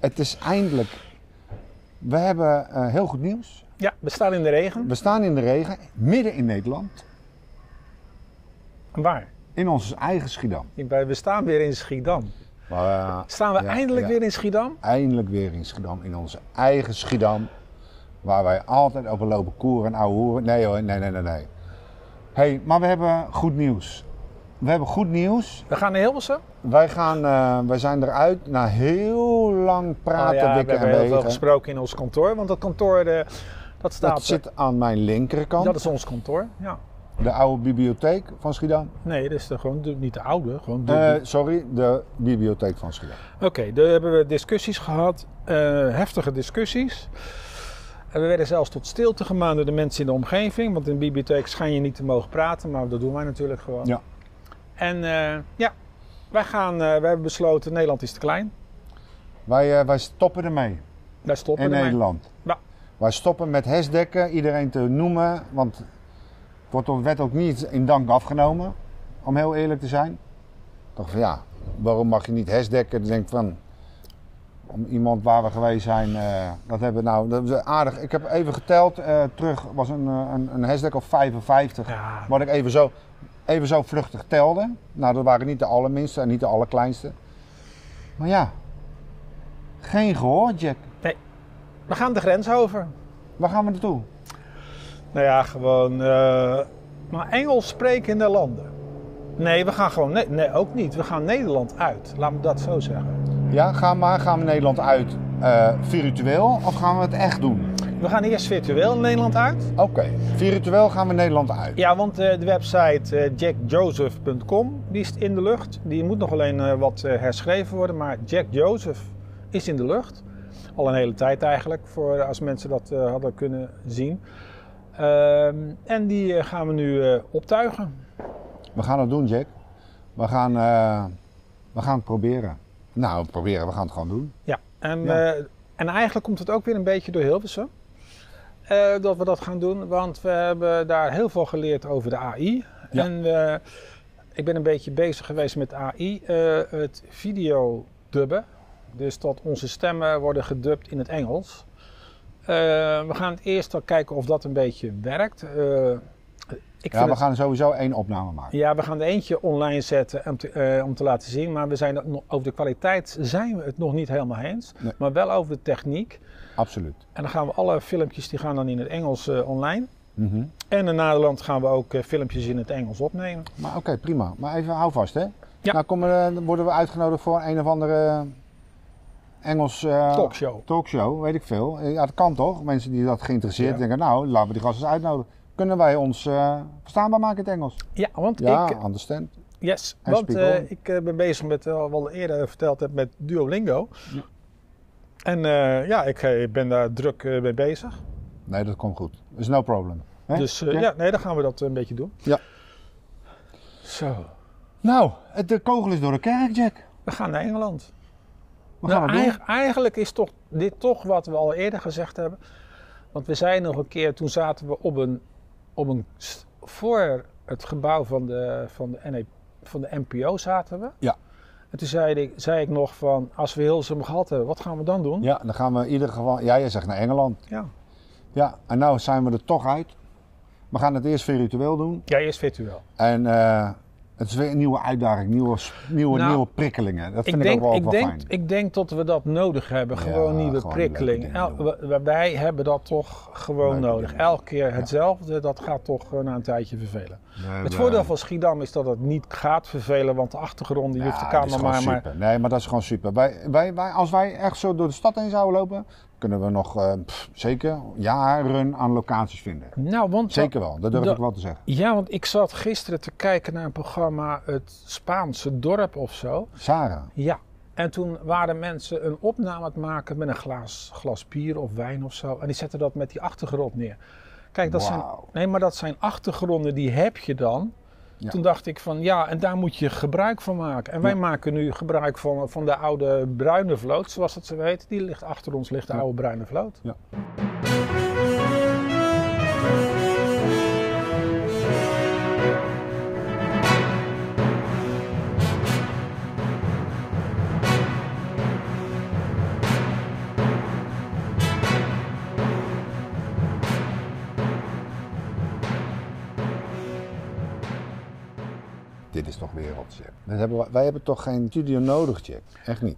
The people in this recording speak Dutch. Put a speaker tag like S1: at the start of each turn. S1: het is eindelijk. We hebben eh, heel goed nieuws.
S2: Ja, we staan in de regen.
S1: We staan in de regen, midden in Nederland,
S2: Waar?
S1: in ons eigen Schiedam.
S2: Ik ben- We staan weer in Schiedam.
S1: Maar, eh,
S2: Staan we
S1: ja,
S2: eindelijk
S1: ja.
S2: weer in Schiedam?
S1: Eindelijk weer in Schiedam, in onze eigen Schiedam. Waar wij altijd over lopen koeren en ouwe hoeren. Nee hoor, nee, nee, nee, nee. hey, maar we hebben goed nieuws. We hebben goed nieuws.
S2: We gaan naar Hilversum.
S1: Wij, gaan, eh, wij zijn eruit na heel lang praten,
S2: Oh ja, we
S1: wikken
S2: hebben
S1: en
S2: heel veel
S1: wegen.
S2: gesproken in ons kantoor, want dat kantoor eh, dat staat.
S1: Dat zit aan mijn linkerkant.
S2: dat is ons kantoor. Ja.
S1: De oude bibliotheek van Schiedam.
S2: Nee, dat is de, gewoon de- niet de oude, gewoon de.
S1: Eh, sorry, de bibliotheek van Schiedam.
S2: Oké, daar hebben we discussies gehad, eh, heftige discussies. En we werden zelfs tot stilte gemaand door de mensen in de omgeving, want in de bibliotheek schijn je niet te mogen praten, maar dat doen wij natuurlijk gewoon.
S1: Ja.
S2: En eh, ja, wij gaan, eh, we hebben besloten, Nederland is te klein.
S1: Wij, eh, wij stoppen ermee
S2: Daar stoppen
S1: in
S2: we mee.
S1: Nederland.
S2: Ja.
S1: Wij stoppen met hashtaggen, iedereen te noemen. Want het wordt door de wet ook niet in dank afgenomen. Om heel eerlijk te zijn. Toch van ja, waarom mag je niet hashtaggen? Dan denk ik van, om iemand waar we geweest zijn, eh, dat hebben we nou dat is aardig. Ik heb even geteld, eh, terug was een, eh, een, een hashtag of 55.
S2: Ja,
S1: Wat ik even zo, even zo vluchtig telde. Nou, dat waren niet de allerminste en niet de allerkleinste. Maar ja, geen gehoor, Jack.
S2: we gaan de grens over.
S1: Waar gaan we naartoe?
S2: Nou ja, gewoon eh, maar Engels sprekende landen. Nee, we gaan gewoon, nee, nee, ook niet. We gaan Nederland uit. Laat me dat zo zeggen.
S1: Ja, gaan we, gaan we Nederland uit eh, virtueel of gaan we het echt doen?
S2: We gaan eerst virtueel Nederland uit.
S1: Oké, virtueel gaan we Nederland uit.
S2: Ja, want eh, de website eh, jackjoseph.com die is in de lucht. Die moet nog alleen eh, wat eh, herschreven worden, maar Jack Joseph is in de lucht. Al een hele tijd eigenlijk, voor, als mensen dat eh, hadden kunnen zien. Ehm, en die eh, gaan we nu eh, optuigen.
S1: We gaan het doen, Jack. We gaan, eh, we gaan het proberen. Nou, we proberen, we gaan het gewoon doen.
S2: Ja, en,
S1: Ja.
S2: eh, en eigenlijk komt het ook weer een beetje door Hilversum. eh, dat we dat gaan doen, want we hebben daar heel veel geleerd over de AI.
S1: Ja.
S2: En eh, ik ben een beetje bezig geweest met AI, eh, het video dubben. Dus dat onze stemmen worden gedubt in het Engels. Eh, we gaan het eerst wel kijken of dat een beetje werkt. Eh, ik
S1: Ja,
S2: vind
S1: we
S2: het-
S1: gaan sowieso één opname maken.
S2: ja, we gaan er eentje online zetten om te, eh, om te laten zien. Maar we zijn er nog- over de kwaliteit zijn we het nog niet helemaal eens.
S1: Nee.
S2: Maar wel over de techniek.
S1: Absoluut.
S2: En dan gaan we alle filmpjes, die gaan dan in het Engels eh, online.
S1: Mhm.
S2: En in Nederland gaan we ook eh, filmpjes in het Engels opnemen.
S1: Maar oké, prima. Maar even hou vast, hè?
S2: Ja.
S1: Nou komen, eh, worden we uitgenodigd voor een of andere Engels eh,
S2: Talkshow.
S1: talkshow, weet ik veel. Eh, Ja, dat kan toch? Mensen die dat geïnteresseerd
S2: Ja.
S1: denken, nou, laten we die gasten eens uitnodigen. Kunnen wij ons eh, verstaanbaar maken in het Engels?
S2: Ja, want
S1: Ja,
S2: ik, eh,
S1: understand.
S2: yes,
S1: en
S2: want
S1: Spiegel.
S2: eh, ik eh, ben bezig met, eh, wat ik eerder verteld heb, met Duolingo.
S1: Ja.
S2: En eh, ja, ik eh, ben daar druk eh, mee bezig.
S1: Nee, dat komt goed. Is no problem. Hè?
S2: Dus eh,
S1: Ja.
S2: ja. nee, dan gaan we dat een beetje doen.
S1: Ja.
S2: Zo,
S1: Nou, het, de kogel is door de kerk, Jack.
S2: we gaan naar Engeland.
S1: We
S2: Nou,
S1: gaan het doen.
S2: eigen- Eigenlijk is toch, dit toch wat we al eerder gezegd hebben. Want we zijn nog een keer, toen zaten we op een, op een st- voor het gebouw van de, van de, NE van de NPO zaten we.
S1: Ja.
S2: En toen zei ik, zei ik nog van, als we Hilsum gehad hebben, wat gaan we dan doen?
S1: Ja, dan gaan we in ieder geval... Ja, jij zegt naar Engeland.
S2: Ja,
S1: Ja, en nou zijn we er toch uit. We gaan het eerst virtueel doen.
S2: Ja, eerst virtueel.
S1: En eh, het is weer een nieuwe uitdaging, nieuwe, s- nieuwe,
S2: Nou,
S1: nieuwe prikkelingen. Dat vind ik,
S2: Ik denk,
S1: ook wel,
S2: ik,
S1: wel
S2: denk,
S1: fijn.
S2: ik denk dat we dat nodig hebben.
S1: Ja,
S2: Gewoon nieuwe
S1: gewoon
S2: prikkeling.
S1: leuke dingen
S2: El- we- we- wij hebben dat toch gewoon
S1: Leuke
S2: nodig.
S1: dingen.
S2: Elke keer hetzelfde, dat gaat toch eh, na een tijdje vervelen. Het voordeel van Schiedam is dat het niet gaat vervelen, want de achtergronden, je hoeft de camera maar, maar
S1: super. Nee, maar dat is gewoon super. Wij, wij, wij, als wij echt zo door de stad heen zouden lopen, kunnen we nog eh, pff, zeker jaren aan locaties vinden.
S2: Nou, want
S1: Zeker wel, dat durf
S2: dat-
S1: ik wel te zeggen.
S2: Ja, want ik zat gisteren te kijken naar een programma, het Spaanse dorp of zo.
S1: Sarah,
S2: Ja. En toen waren mensen een opname aan het maken met een glas, glas bier of wijn of zo. En die zetten dat met die achtergrond neer. Kijk, dat zijn.
S1: Wauw.
S2: Nee, maar dat zijn achtergronden, die heb je dan.
S1: Ja.
S2: Toen dacht ik van ja, en daar moet je gebruik van maken. En wij
S1: Ja.
S2: maken nu gebruik van, van de oude bruine vloot, zoals dat ze weet. Die ligt achter ons, ligt de
S1: Ja.
S2: oude bruine vloot.
S1: Ja. Dit is toch werelds, Jack. Dat hebben we- wij hebben toch geen studio nodig, Jack? Echt niet.